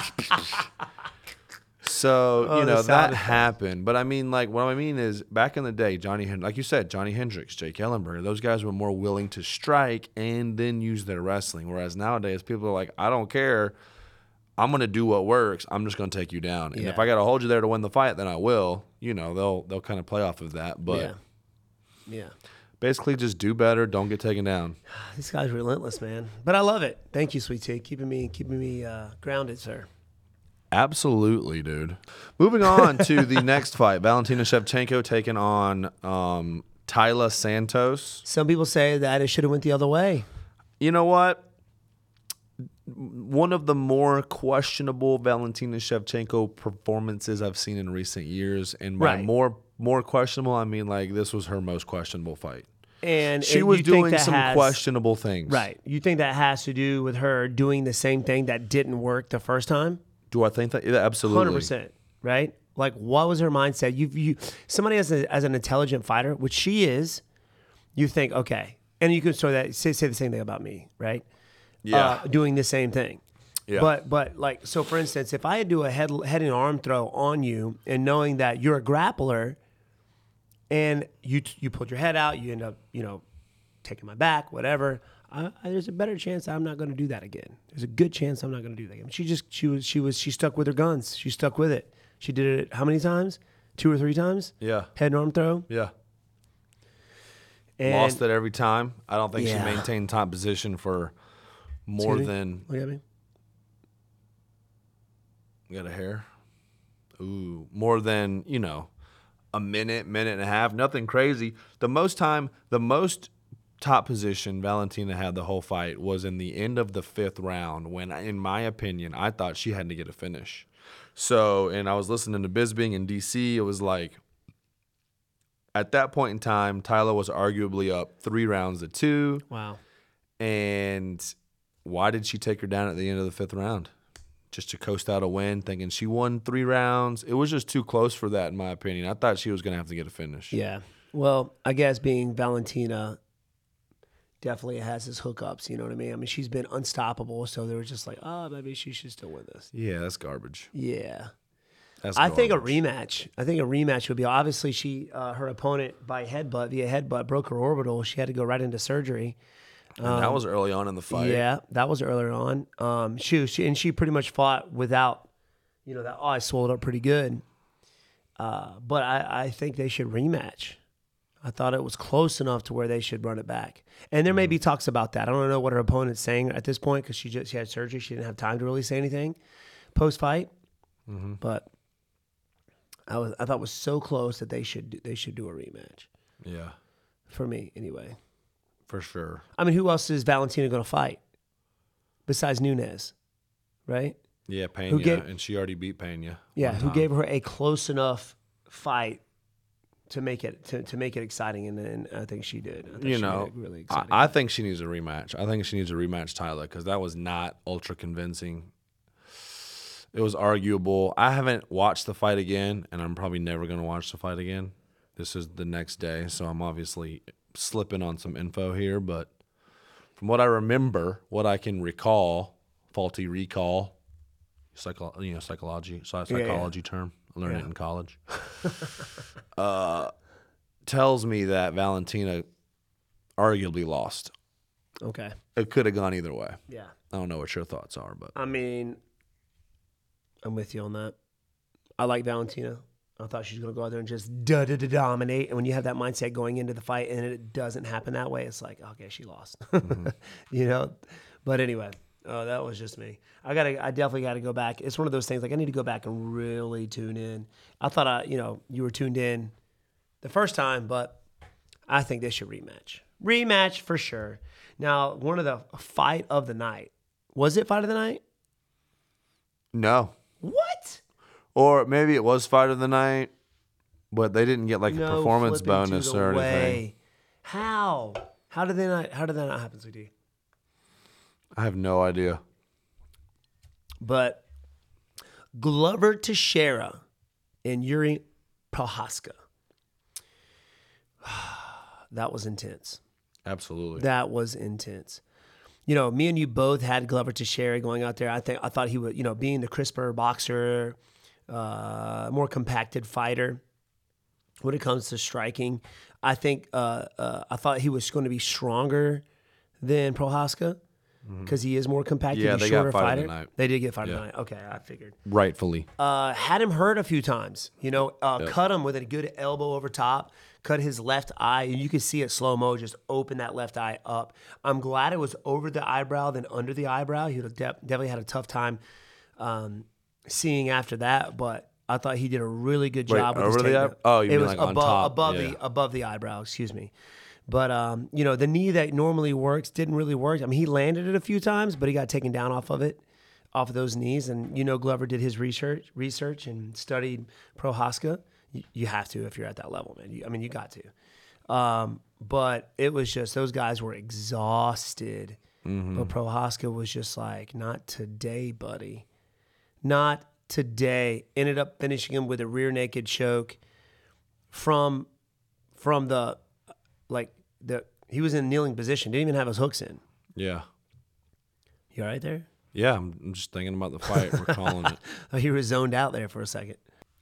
C: so,
A: Oh,
C: you
A: the
C: know,
A: sound
C: that
A: effect.
C: happened. But I mean, like, what I mean is back in the day, Johnny, Hen- like you said, Johnny Hendricks, Jake Ellenberger, those guys were more willing to strike and then use their wrestling. Whereas nowadays, people are like, I don't care. I'm gonna do what works. I'm just gonna take you down, and if
A: Yeah.
C: I gotta hold you there to win the fight, then I will. You know, they'll they'll kind of play off of that. But
A: yeah. Yeah.
C: basically, just do better. Don't get taken down.
A: This guy's relentless, man. But I love it. Thank you, sweet tea, keeping me keeping me uh, grounded, sir.
C: Absolutely, dude. Moving on to the next fight, Valentina Shevchenko taking on um, Tyla Santos.
A: Some people say that it should have went the other way.
C: You know what? One of the more questionable Valentina Shevchenko performances I've seen in recent years, and by
A: Right.
C: more more questionable, I mean like this was her most questionable fight.
A: And
C: She
A: and
C: was
A: you think
C: doing
A: that
C: some
A: has-
C: questionable things.
A: Right. You think that has to do with her doing the same thing that didn't work the first time?
C: Do I think that? Yeah, absolutely.
A: Hundred percent. Right. Like, what was her mindset? You you somebody as a, as an intelligent fighter, which she is, you think okay, and you can say that say, say the same thing about me, right? Uh,
C: Yeah.
A: doing the same thing.
C: Yeah.
A: But but like so, for instance, if I do a head head and arm throw on you, and knowing that you're a grappler, and you you pulled your head out, you end up you know taking my back, whatever. I, I, there's a better chance I'm not going to do that again. There's a good chance I'm not going to do that again. She just she was she was she stuck with her guns. She stuck with it. She did it how many times? Two or three times.
C: Yeah.
A: Head and arm throw.
C: Yeah.
A: And
C: Lost it every time. I don't think
A: Yeah.
C: she maintained top position for more
A: Excuse me?
C: than
A: Look at me.
C: You got a hair? Ooh, more than, you know, a minute, minute and a half, nothing crazy. The most time, the most top position Valentina had the whole fight was in the end of the fifth round when, in my opinion, I thought she had to get a finish. So, and I was listening to Bisbing in DC. It was like, at that point in time, Tyler was arguably up three rounds to two.
A: Wow.
C: And why did she take her down at the end of the fifth round? Just to coast out a win, thinking she won three rounds. It was just too close for that, in my opinion. I thought she was going to have to get a finish.
A: Yeah. Well, I guess being Valentina definitely has his hookups. You know what I mean? I mean, she's been unstoppable. So they were just like, oh, maybe she should still win this.
C: Yeah, that's garbage.
A: Yeah.
C: That's
A: I think a
C: garbage.
A: rematch. I think a rematch would be obviously she uh, her opponent by headbutt via headbutt broke her orbital. She had to go right into surgery.
C: And that was early on in the fight.
A: um, Yeah, that was earlier on. Um, she, she and she pretty much fought without, you know, that eye swelled up pretty good. Uh, but I, I think they should rematch. I thought it was close enough to where they should run it back. And there may be talks about that. I don't know what her opponent's saying at this point because she just she had surgery. She didn't have time to really say anything post fight. But I was I thought it was so close that they should do- they should do a rematch
C: Yeah,
A: for me anyway.
C: for sure.
A: I mean, who else is Valentina going to fight besides Nunez, right?
C: Yeah, Pena.
A: gave-
C: and she already beat Pena.
A: Yeah, who
C: Uh-huh.
A: gave her a close enough fight to make it to, to make it exciting, and then I think she did. I think
C: You
A: she
C: know,
A: made it really
C: I,
A: exciting.
C: I think she needs a rematch. I think she needs a rematch, Tyler, because that was not ultra convincing. It was arguable. I haven't watched the fight again, and I'm probably never going to watch the fight again. This is the next day, so I'm obviously slipping on some info here, but from what I remember, what I can recall, faulty recall, psycho, you know, psychology, psy-
A: yeah.
C: psychology term. I learned it in college. uh, tells me that Valentina arguably lost.
A: okay,
C: It could have gone either way.
A: yeah.
C: I don't know what your thoughts are, but
A: I mean, I'm with you on that. I like Valentina. I thought she was going to go out there and just da da da dominate. And when you have that mindset going into the fight and it doesn't happen that way, it's like, okay, she lost. you know? But anyway, oh, that was just me. I got to, I definitely got to go back. It's one of those things like I need to go back and really tune in. I thought I, you know, you were tuned in the first time, but I think they should rematch. Rematch for sure. Now, one of the fight of the night. Was it fight of the night?
C: no.
A: What?
C: Or maybe it was fight of the night, but they didn't get like a performance
A: flipping to
C: bonus
A: the
C: or anything.
A: way. How? How did they not? How did that not happen, sweetie?
C: I have no idea.
A: But Glover Teixeira and Yuri Prohaska. that was intense.
C: Absolutely.
A: That was intense. You know, me and you both had Glover Teixeira going out there. I think I thought he would, you know, being the crisper boxer, uh, more compacted fighter. When it comes to striking, I think uh, uh, I thought he was going to be stronger than Prohaska because he is more compacted.
C: Mm-hmm. Yeah,
A: he's
C: they got
A: shorter
C: fight of
A: fighter.
C: the night.
A: They did get fight of
C: Yeah.
A: the night. Okay, I figured
C: Rightfully.
A: uh, had him hurt a few times. You know, uh, cut him with a good elbow over top, cut his left eye, and you could see it slow mo just open that left eye up. I'm glad it was over the eyebrow than under the eyebrow. He would have def- definitely had a tough time um, seeing after that, but I thought he did a really good
C: Wait,
A: job. with
C: over
A: his
C: the
A: takedown.
C: eye- oh, you
A: it
C: mean
A: was
C: like on
A: above
C: top,
A: above
C: yeah.
A: the above the eyebrow. Excuse me. But um, you know the knee that normally works didn't really work. I mean, he landed it a few times, but he got taken down off of it off of those knees. And you know, Glover did his research, research and studied Prohaska. You, you have to if you're at that level, man. You, I mean, you got to. Um, but it was just those guys were exhausted.
C: Mm-hmm.
A: But Prohaska was just like, not today, buddy, not today. Ended up finishing him with a rear naked choke from from the like the he was in kneeling position, didn't even have his hooks in.
C: Yeah.
A: You all right there?
C: Yeah, I'm I'm just thinking about the fight, recalling it.
A: Oh, he was zoned out there for a second.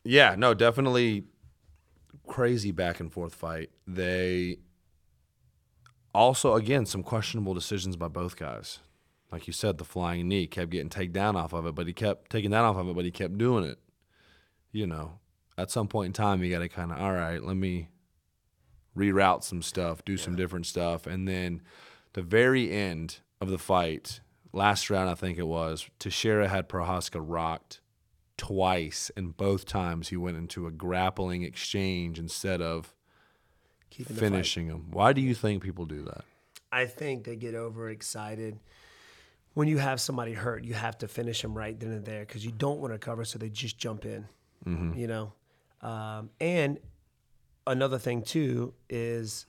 C: Yeah, no, definitely crazy back and forth fight. They also, again, some questionable decisions by both guys. Like you said, the flying knee kept getting taken down off of it, but he kept taking down off of it, but he kept doing it. You know, at some point in time, you got to kind of, all right, let me reroute some stuff, do some different stuff. And then the very end of the fight, last round, I think it was, Teixeira had Prohaska rocked twice, and both times he went into a grappling exchange instead of
A: Keeping the fight.
C: finishing him. Why do you think people do that?
A: I think they get overexcited. When you have somebody hurt, you have to finish them right then and there because you don't want to cover, so they just jump in. You know, um, and another thing too is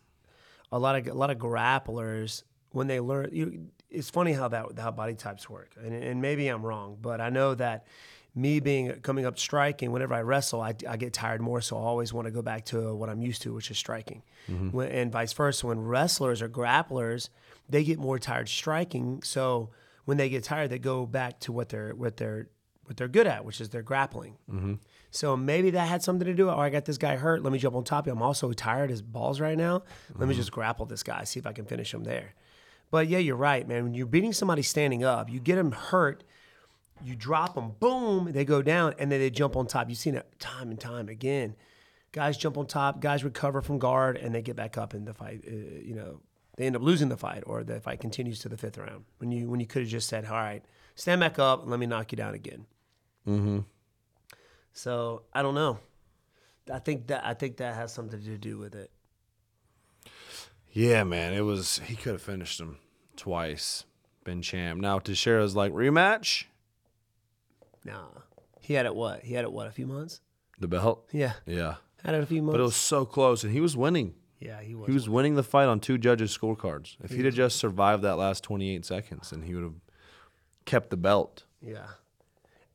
A: a lot of a lot of grapplers when they learn. You, it's funny how that how body types work, and, and maybe I'm wrong, but I know that me being coming up striking whenever i wrestle i, I get tired more so i always want to go back to what i'm used to which is striking when, and vice versa when wrestlers or grapplers they get more tired striking so when they get tired they go back to what they're what they're what they're good at which is their grappling so maybe that had something to do with, oh, I got this guy hurt. Let me jump on top of him. I'm also tired as balls right now. Let me just grapple this guy, see if I can finish him there. But yeah, you're right, man. When you're beating somebody standing up, you get them hurt, you drop them, boom, they go down, and then they jump on top. You've seen it time and time again. Guys jump on top, guys recover from guard, and they get back up in the fight. Uh, you know, they end up losing the fight, or the fight continues to the fifth round. When you when you could have just said, all right, stand back up, and let me knock you down again.
C: Mm-hmm.
A: So I don't know. I think that I think that has something to do with it.
C: Yeah, man, it was. He could have finished him twice, been champ. Now Teixeira's like rematch
A: Nah, he had it what? He had it what? A few months?
C: the belt.
A: Yeah,
C: Yeah,
A: had it a few months.
C: but it was so close, and he was winning.
A: yeah, he was.
C: He was winning the fight on two judges' scorecards. If he'd have just survived that last 28 seconds, then he would have kept the belt.
A: yeah.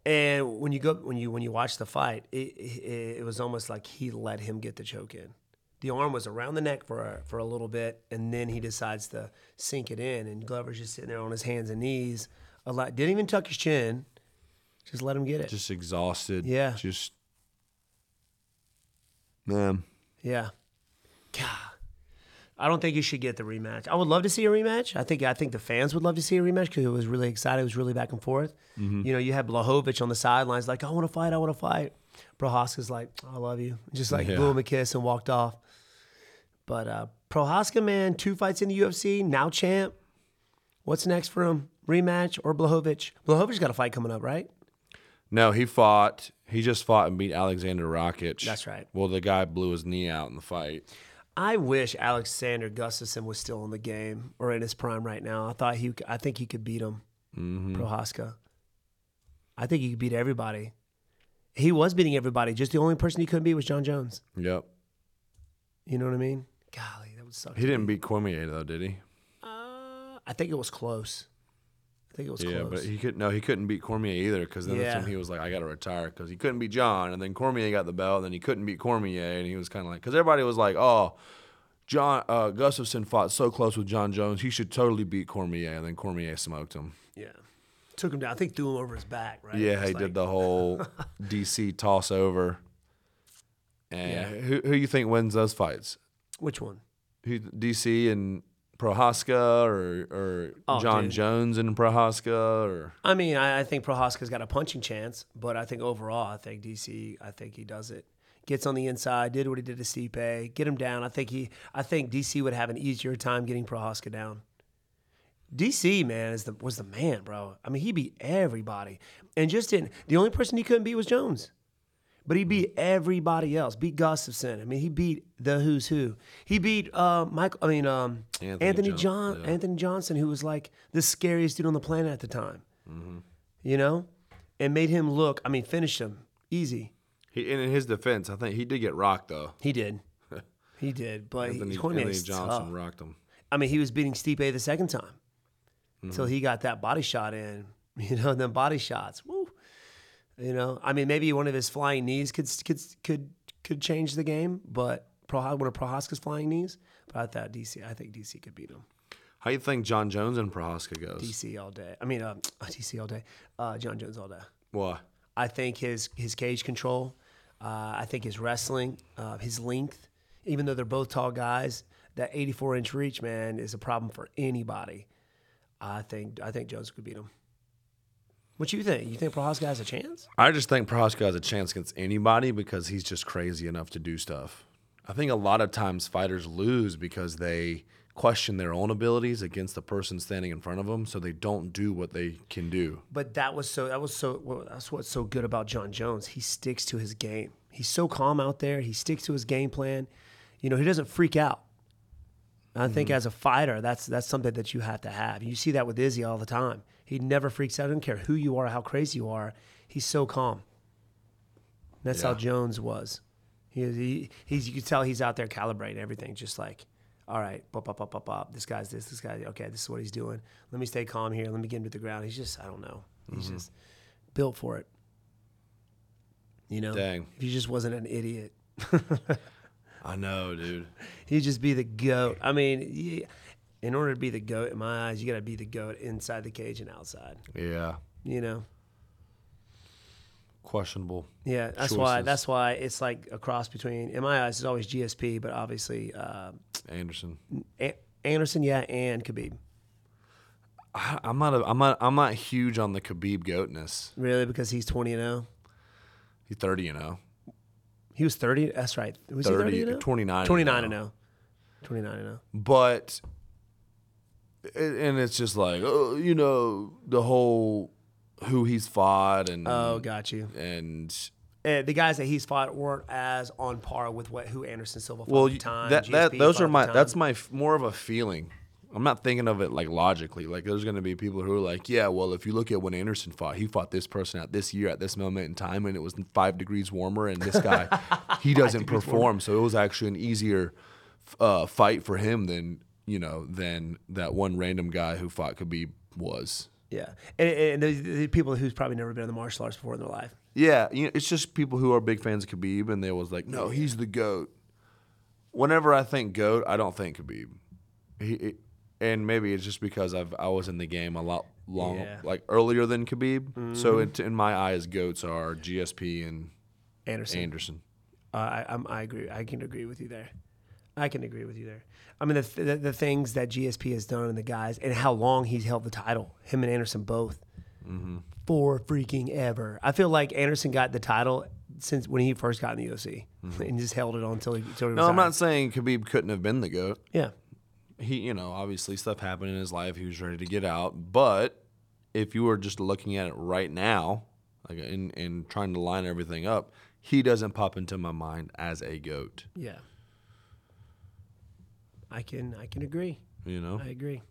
A: And when you go when you when you watch the fight, it, it it was almost like he let him get the choke in. The arm was around the neck for a, for a little bit, and then he decides to sink it in. And Glover's just sitting there on his hands and knees. A lot didn't even tuck his chin, just let him get it.
C: Just exhausted.
A: Yeah.
C: Just. Man.
A: Yeah. God. I don't think you should get the rematch. I would love to see a rematch. I think I think the fans would love to see a rematch because it was really exciting. It was really back and forth. You know, you had Blahovic on the sidelines like, I want to fight, I want to fight. Prohaska's like, I love you. Just like
C: Yeah.
A: blew him a kiss and walked off. But uh, Prohaska, man, two fights in the UFC, now champ. What's next for him? Rematch or Blahovic? Blahovic's got a fight coming up, right?
C: No, he fought. He just fought and beat Alexander Rakic.
A: That's right.
C: Well, the guy blew his knee out in the fight.
A: I wish Alexander Gustafson was still in the game or in his prime right now. I thought he, I think he could beat him,
C: Mm-hmm.
A: Prohaska. I think he could beat everybody. He was beating everybody. Just the only person he couldn't beat was John Jones.
C: Yep.
A: You know what I mean? Golly, that would suck.
C: He didn't beat Cormier though, did he?
A: Uh, I think it was close. I think it was
C: Yeah,
A: close.
C: but he could no, he couldn't beat Cormier either because then that's
A: Yeah.
C: when he was like, I got to retire because he couldn't beat John, and then Cormier got the belt, and then he couldn't beat Cormier, and he was kind of like, because everybody was like, oh, John uh, Gustafson fought so close with John Jones, he should totally beat Cormier, and then Cormier smoked him.
A: yeah, took him down. I think threw him over his back. Right?
C: yeah,
A: Just
C: he
A: like-
C: did the whole DC toss over. And who who you think wins those fights?
A: Which one?
C: Who DC and Prohaska or or
A: Oh,
C: John
A: dude.
C: Jones and Prohaska or
A: I mean, I, I think Prohaska's got a punching chance, but I think overall, I think DC, I think he does it. Gets on the inside, did what he did to Stipe, get him down. I think he, I think DC would have an easier time getting Prohaska down. DC man is the was the man, bro. I mean, he beat everybody, and just in the only person he couldn't beat was Jones, but he beat everybody else. Beat Gustafson. I mean, he beat the who's who. He beat uh, Michael. I mean, um,
C: Anthony
A: Anthony,
C: John-
A: John
C: yeah.
A: Anthony Johnson, who was like the scariest dude on the planet at the time
C: Mm-hmm.
A: you know, and made him look. I mean, finished him easy.
C: he, and in his defense, I think he did get rocked though.
A: He did. He did, but
C: Anthony,
A: he, Cormier
C: Anthony
A: is
C: Johnson
A: tough.
C: rocked him.
A: I mean, he was beating Stipe the second time until he got that body shot in. You know, and then body shots. Woo. You know, I mean, maybe one of his flying knees could could could could change the game, but Proha, one of Prohaska's flying knees. But I thought DC, I think DC could beat him.
C: How you think John Jones and Prohaska goes?
A: DC all day. I mean, uh, DC all day. Uh, John Jones all day.
C: Why?
A: I think his his cage control. Uh, I think his wrestling, uh, his length. Even though they're both tall guys, that 84 inch reach, man, is a problem for anybody. I think I think Jones could beat him. What you think? You think Prohaska has a chance?
C: I just think Prohaska has a chance against anybody because he's just crazy enough to do stuff. I think a lot of times fighters lose because they question their own abilities against the person standing in front of them, so they don't do what they can do.
A: But that was so. That was so. Well, that's what's so good about John Jones. He sticks to his game. He's so calm out there. He sticks to his game plan. You know, he doesn't freak out. And I
C: Mm-hmm.
A: think as a fighter, that's that's something that you have to have. You see that with Izzy all the time. He never freaks out. I don't care who you are, how crazy you are. He's so calm. And that's how
C: Yeah.
A: Jones was. He, he he's you could tell he's out there calibrating everything, just like, all right, pop, pop, pop, pop, pop. This guy's this. This guy. Okay, this is what he's doing. Let me stay calm here. Let me get him to the ground. He's just I don't know. He's
C: Mm-hmm.
A: just built for it. You know,
C: Dang.
A: if he just wasn't an idiot,
C: I know, dude.
A: he'd just be the goat. I mean, yeah, in order to be the goat, in my eyes, you got to be the goat inside the cage and outside.
C: Yeah,
A: You know,
C: questionable.
A: Yeah, that's why.
C: choices.
A: That's why it's like a cross between, in my eyes, it's always GSP, but obviously uh,
C: Anderson.
A: a- Anderson, yeah, and Khabib.
C: I, I'm not. A, I'm not. I'm not huge on the Khabib goatness.
A: Really, because he's twenty and zero.
C: He's 30, you know.
A: He was thirty. That's right. Was
C: 30,
A: he thirty?
C: 29 and
A: Twenty nine and
C: oh.
A: zero. Twenty nine and oh. zero.
C: but it, and it's just like oh, you know the whole who he's fought and
A: Oh, got you.
C: and
A: Uh, the guys that he's fought weren't as on par with what who Anderson Silva fought
C: well
A: at the
C: you-
A: time.
C: that, that
A: GSP
C: those
A: fought
C: are
A: at the
C: my
A: time.
C: that's my f- more of a feeling. I'm not thinking of it like logically. Like there's gonna be people who are like, yeah, well, if you look at when Anderson fought, he fought this person at this year at this moment in time, and it was five degrees warmer, and this guy, he doesn't perform, so it was actually an easier f- uh, fight for him than you know than that one random guy who fought Khabib was.
A: yeah, and, and the, the people who's probably never been in the martial arts before in their life.
C: Yeah, you know, it's just people who are big fans of Khabib, and they was like, "No, he's the goat." Whenever I think goat, I don't think Khabib. He, it- and maybe it's just because I've I was in the game a lot long,
A: Yeah.
C: like earlier than Khabib. So it, in my eyes, goats are GSP and
A: Anderson.
C: Anderson.
A: Uh, I, I'm, I agree. I can agree with you there. I can agree with you there. I mean, the, th- the, the things that GSP has done and the guys and how long he's held the title, him and Anderson both,
C: Mm-hmm.
A: for freaking ever. I feel like Anderson got the title since when he first got in the UFC and just held it on until he, until he
C: Mm-hmm. No, I'm not
A: retired.
C: saying Khabib couldn't have been the goat.
A: Yeah.
C: He, you know, obviously stuff happened in his life. He was ready to get out, but if you were just looking at it right now, like in in trying to line everything up, he doesn't pop into my mind as a goat.
A: Yeah. I can I can agree.
C: you know.
A: I agree.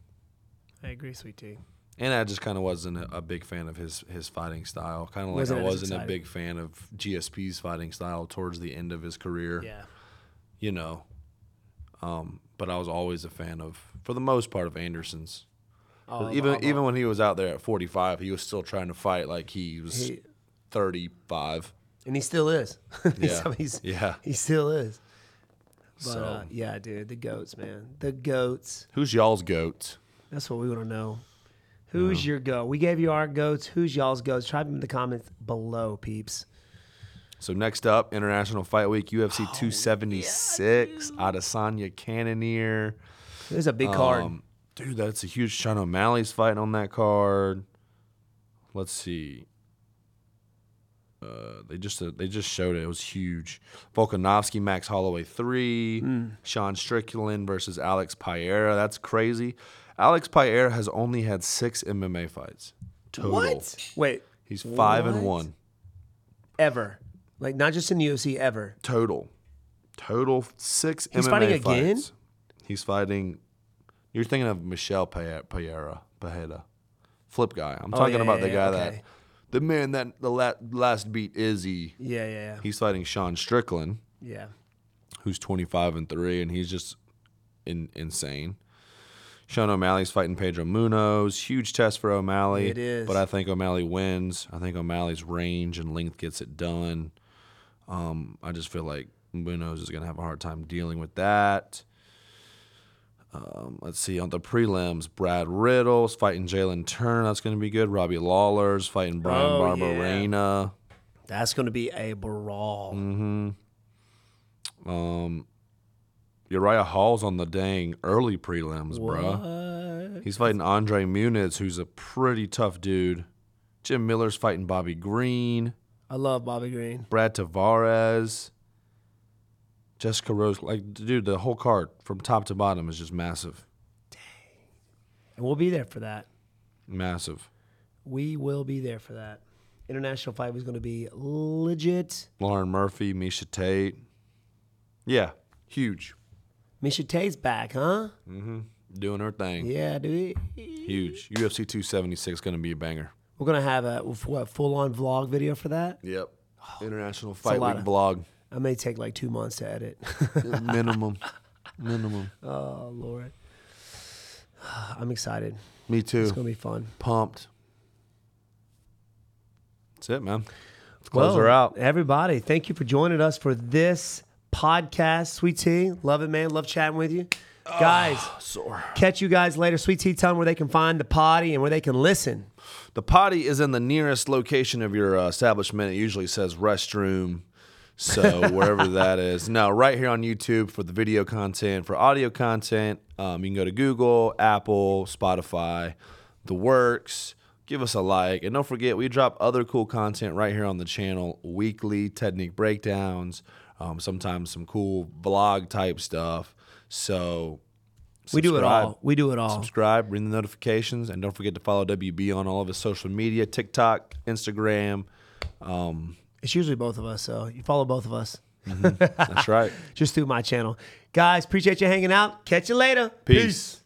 A: I agree, sweet tea.
C: And I just kind of wasn't a, a big fan of his his fighting style. Kind of like
A: Wasn't
C: I
A: as
C: wasn't a
A: exciting.
C: big fan of GSP's fighting style towards the end of his career.
A: Yeah.
C: You know, um, but I was always a fan of, for the most part, of Anderson's.
A: Oh,
C: even
A: I'm-
C: even when he was out there at 45, he was still trying to fight like he was
A: He-
C: 35.
A: and he still is. He's-
C: Yeah.
A: he's-
C: Yeah.
A: He still is. But
C: So-
A: uh, yeah, dude, the goats, man, the goats.
C: Who's y'all's goat?
A: That's what we want to know. Who's your goat? We gave you our goats. Who's y'all's goats? Try them in the comments below, peeps.
C: So next up, International Fight Week,
A: Oh,
C: UFC 276, Adesanya Cannonier.
A: There's a big card.
C: Um, dude, that's a huge Sean O'Malley's fighting on that card. Let's see. Uh, they just uh, they just showed it. It was huge. Volkanovski, Max Holloway three.
A: Mm.
C: Sean Strickland versus Alex Pereira. That's crazy. Alex Pereira has only had six MMA fights total.
A: Wait,
C: He's five and
A: What?
C: one
A: ever? Like not just in the UFC, ever?
C: total. Total six
A: He's
C: MMA
A: fighting
C: fights.
A: again?
C: He's fighting. You're thinking of Michelle Pe- Pereira, Pajeda, flip guy. I'm talking
A: yeah,
C: about
A: Oh, yeah,
C: the guy
A: yeah,
C: that,
A: okay.
C: the man that the la- last beat Izzy.
A: Yeah, yeah, yeah.
C: He's fighting Sean Strickland,
A: yeah.
C: who's 25 and three, and he's just in- insane. Sean O'Malley's fighting Pedro Munoz. Huge test for O'Malley.
A: It is.
C: But I think O'Malley wins. I think O'Malley's range and length gets it done. Um, I just feel like Munoz is going to have a hard time dealing with that. Um, let's see. On the prelims, Brad Riddle's fighting Jalen Turner. That's going to be good. Robbie Lawler's fighting Brian
A: Oh, yeah.
C: Barbarena.
A: That's gonna be a brawl.
C: Mm, Uriah Hall's on the dang early prelims, bruh.
A: What?
C: He's fighting Andre Muniz, who's a pretty tough dude. Jim Miller's fighting Bobby Green,
A: I love Bobby Green.
C: Brad Tavares, Jessica Rose, like dude, the whole card from top to bottom is just massive,
A: And we'll be there for that.
C: massive.
A: We will be there for that. International fight was going to be legit.
C: Lauren Murphy, Misha Tate, yeah, huge,
A: Misha Tate's back, huh?
C: doing her thing,
A: Yeah, dude.
C: huge. UFC 276 gonna be a banger.
A: We're going to have a what, full-on vlog video for that.
C: Yep. International Fight
A: lot
C: Week
A: of-
C: vlog.
A: I may take like two months to edit.
C: minimum, minimum.
A: oh, Lord. I'm excited.
C: Me
A: It's
C: too.
A: going to be fun.
C: Pumped. That's it, man. Let's close her
A: Well,
C: out.
A: Everybody, thank you for joining us for this podcast. Sweet Tea, love it, man. Love chatting with you. Guys,
C: Ah, Sore.
A: catch you guys later. Sweet Tea, tell them where they can find the potty and where they can listen.
C: The potty is in the nearest location of your uh, establishment. It usually says restroom. So wherever that is. No, right here on YouTube for the video content. For audio content, um, you can go to Google, Apple, Spotify, The Works. Give us a like. And don't forget, we drop other cool content right here on the channel weekly technique breakdowns, um, sometimes some cool vlog type stuff. So
A: We do it
C: subscribe.
A: all. We do it all.
C: Oh. subscribe, ring the notifications, and don't forget to follow WB on all of his social media TikTok, Instagram. Um,
A: It's usually both of us, so you follow both of us
C: that's right.
A: just through my channel. Guys, appreciate you hanging out. Catch you later.
C: Peace.